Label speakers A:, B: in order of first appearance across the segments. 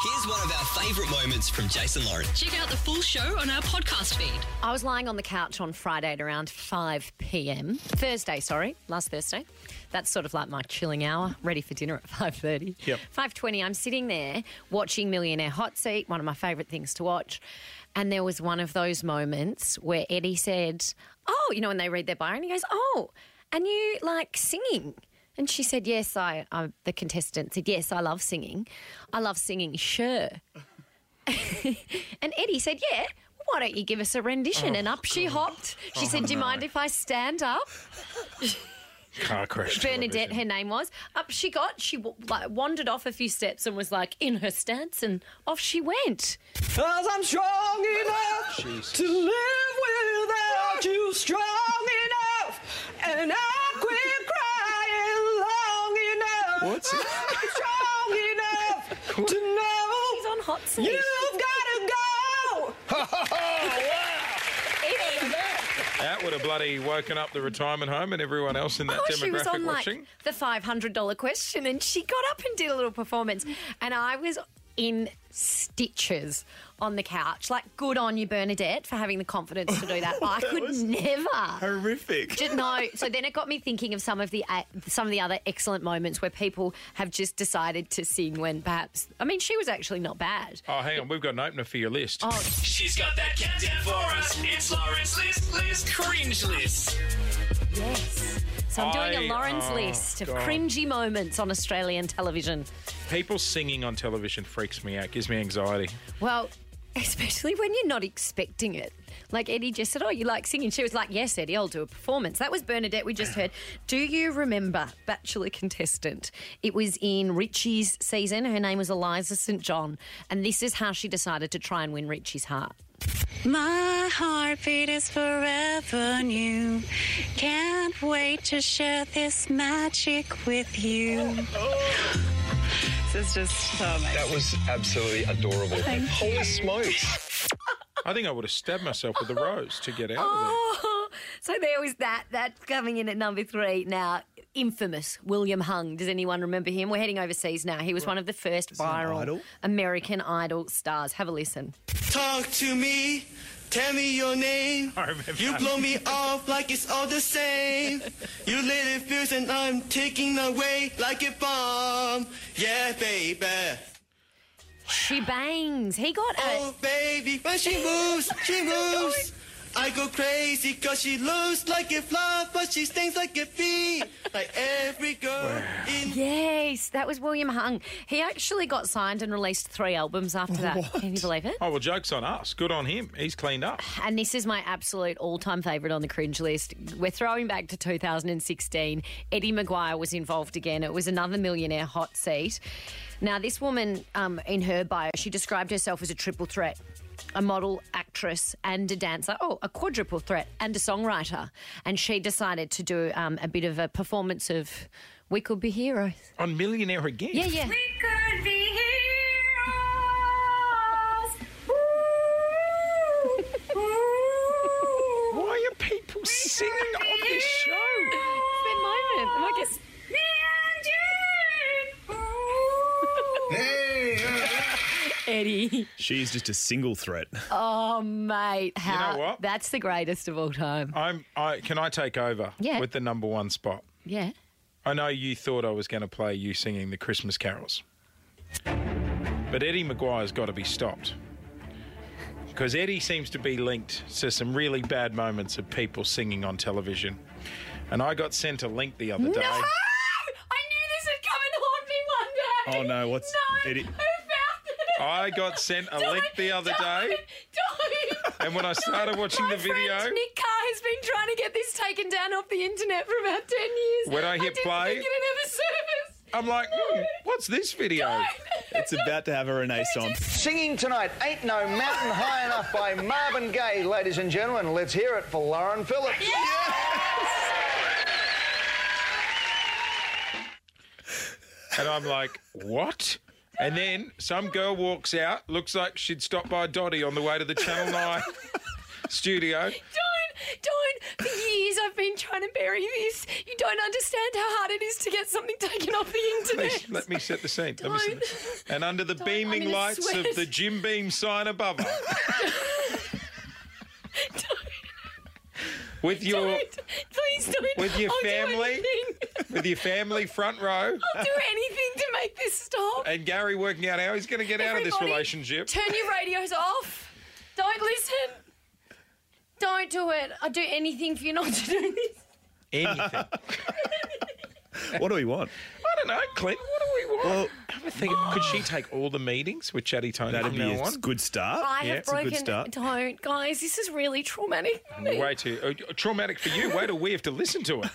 A: Here's one of our favourite moments from Jason Lauren.
B: Check out the full show on our podcast feed.
C: I was lying on the couch on Friday at around 5 p.m. Thursday, sorry, last Thursday. That's sort of like my chilling hour, ready for dinner at 5:30.
D: Yep.
C: 5:20, I'm sitting there watching Millionaire Hot Seat, one of my favorite things to watch. And there was one of those moments where Eddie said, "Oh, you know when they read their bio and he goes, "Oh, and you like singing?" And she said, "Yes, I, I the contestant said, "Yes, I love singing. I love singing, sure." And Eddie said, Yeah, why don't you give us a rendition? and up she hopped. She said, Do you mind if I stand up?
D: Car crash.
C: Bernadette,
D: television.
C: her name was. Up she got. She w- like, wandered off a few steps and was like in her stance, and off she went.
E: Cause I'm strong enough to live without you. Strong enough, and I quit crying long enough.
D: What's it?
E: I'm strong enough to
C: She's
E: know
C: on hot seat.
E: you've gotta go.
C: Eddie.
D: That would have bloody woken up the retirement home and everyone else in that
C: Oh,
D: demographic
C: she was on like
D: watching.
C: the five hundred dollar question, and she got up and did a little performance, and I was in stitches on the couch. Like, good on you, Bernadette, for having the confidence to do that. I could never.
D: Horrific.
C: Ju- no. So then it got me thinking of some of the uh, some of the other excellent moments where people have just decided to sing when perhaps I mean she was actually not bad.
D: Oh, hang on, we've got an opener for your
C: Oh.
D: list.
F: She's got that countdown for us. It's Lauren's list, list, cringe list.
C: Yes. So I'm doing a
D: I-
C: Lauren's
D: oh,
C: list of
D: God.
C: cringy moments on Australian television.
D: People singing on television freaks me out, gives me anxiety.
C: Well, especially when you're not expecting it. Like Eddie just said, Oh, you like singing? She was like, Yes, Eddie, I'll do a performance. That was Bernadette we just heard. Do you remember Bachelor contestant? It was in Richie's season. Her name was Eliza St. John. And this is how she decided to try and win Richie's heart.
G: My heartbeat is forever new. Can't wait to share this magic with you. This is just so amazing.
H: That was absolutely adorable. Holy smokes.
D: I think I would have stabbed myself with a rose to get out
C: Oh, so there was that. That's coming in at number three. Now, infamous William Hung. Does anyone remember him? We're heading overseas now. He was one of the first viral American Idol stars. Have a listen.
I: Talk to me, tell me your name.
D: of there.
I: You blow me off like it's all the same. You little fuse and I'm taking away like a bomb. Yeah, baby.
C: She bangs. He got a.
I: Oh, baby, when she moves, she moves. I go crazy cause she looks like a fly, but she stings like a bee. Like every girl in
C: Yes, that was William Hung. He actually got signed and released three albums after that. Can you believe it?
D: Oh, well, joke's on us. Good on him. He's cleaned up.
C: And this is my absolute all time favourite on the cringe list. We're throwing back to 2016. Eddie Maguire was involved again. It was another millionaire hot seat. Now, this woman, um, in her bio, she described herself as a triple threat. A model, actress, and a dancer. Oh, a quadruple threat, and a songwriter. And she decided to do um, a bit of a performance of "We Could Be Heroes."
D: On Millionaire again.
C: Yeah, yeah.
G: could be
D: Why are people singing on this show?
C: Moment. I guess Eddie,
J: She's just a single threat.
C: mate, how
D: what?
C: that's the greatest of all time.
D: I'm, I, can I take over
C: Yeah.
D: with the number one spot?
C: Yeah.
D: I know you thought I was going to play you singing the Christmas carols. But Eddie Maguire's got to be stopped. Because Eddie seems to be linked to some really bad moments of people singing on television. And I got sent a link the other day.
C: No! I knew this would come and haunt me one day.
J: Oh, no, what's-
C: no?
J: Eddie-
C: Who found it?
D: I got sent a link the other
C: don't,
D: day.
C: Don't.
D: And when I started watching
C: My
D: the video-
C: friend Nick Carr has been trying to get this taken down off the internet for about ten years.
D: When I hit
C: didn't
D: play-
C: think it'd ever service.
D: I'm like, "Hmm, what's this video?
J: It's about to have a renaissance.
H: Singing tonight Ain't No Mountain High Enough by Marvin Gaye, ladies and gentlemen. Let's hear it for Lauren Phillips.
D: And I'm like, what? And then some girl walks out, looks like she'd stopped by Dottie on the way to the Channel 9 studio.
C: Don't, don't. For years I've been trying to bury this. You don't understand how hard it is to get something taken off the internet.
D: Please, let me set the scene. Let me set the- And under the
C: Don't. I'm
D: beaming
C: in a
D: lights
C: sweat.
D: of the Jim Beam sign above her. With your
C: Please don't.
D: With your
C: I'll do
D: family?
C: anything.
D: with your family front row
C: I'll do anything to make this stop.
D: and Gary working out how he's going to get out of this
C: Everybody,
D: relationship.
C: Turn your radios off. Don't listen. Don't do it. I'll do anything for you not to do this.
D: Anything.
J: what do we want?
D: I don't know, Clint. What do we want? Have a think. Could
C: Oh.
D: she take all the meetings with Chatty Tony
J: That'd
D: from
J: be
D: now
J: a
D: on?
J: good start.
C: I have broken. Don't, guys. This is really traumatic. for me.
D: Way too uh, traumatic for you. Wait till we have to listen to it.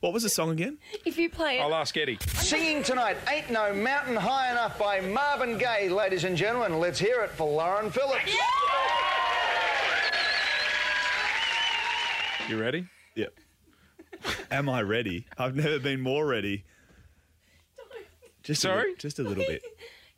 J: What was the song again?
C: If you play
D: I'll ask Eddie.
I: Singing tonight, Ain't No Mountain High Enough by Marvin Gaye, ladies and gentlemen. Let's hear it for Lauren Phillips.
D: You ready?
J: Yep. Am I ready? I've never been more ready. Just Sorry? A, li- just a little bit.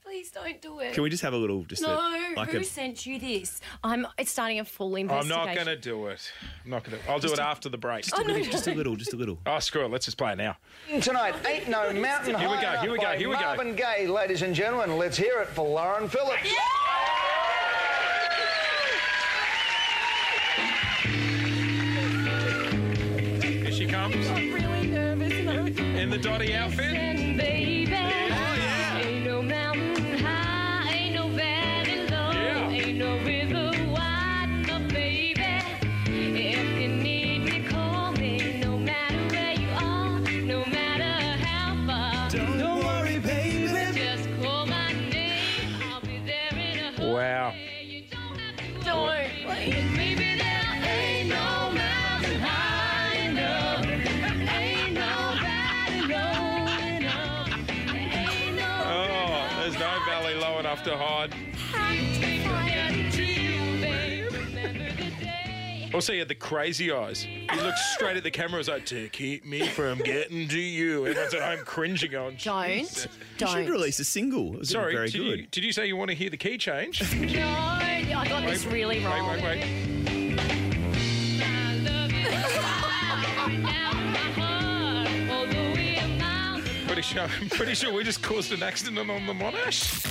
C: Please don't do it.
J: Can we just have a little just a-
C: No.
J: like
C: who
J: a
C: sent you this? I'm. It's starting a full
D: I'm
C: investigation.
D: not going to do it. I'm not going to. I'll do it after the break.
C: Just a Oh, no, little, just a no.
J: little, just a little.
D: Oh, screw it. Let's just play it now.
I: Singing tonight, Ain't No Mountain
D: Here we
I: High
D: go,
I: Enough
D: here we go,
I: by
D: here we go.
I: Marvin Gaye, ladies and gentlemen. Let's hear it for Lauren Phillips.
D: Here she comes.
C: I'm really nervous.
D: In the Dotty outfit.
C: Baby. Ain't no mountain high, ain't no valley low,
D: Yeah.
C: ain't no river wide enough, baby. If you need me, call me, no matter where you are, no matter how far. Don't, worry, baby. Just call my name, I'll be there in a
D: Wow.
C: don't. Baby, there ain't no mountain high enough. Ain't no valley low enough. Ain't no
D: Oh, there's no valley low enough to hide. Also, he had the crazy eyes. He looked straight at the camera. Was like, to keep me from getting to you. Everyone's at home cringing on.
K: Don't.
J: You should release a single. It was
D: Sorry,
J: very
D: did,
J: good.
D: You, did you say you want to hear the key change?
C: I got this really wrong.
D: Wait, wait, wait. Pretty sure, I'm pretty sure we just caused an accident on the Monash.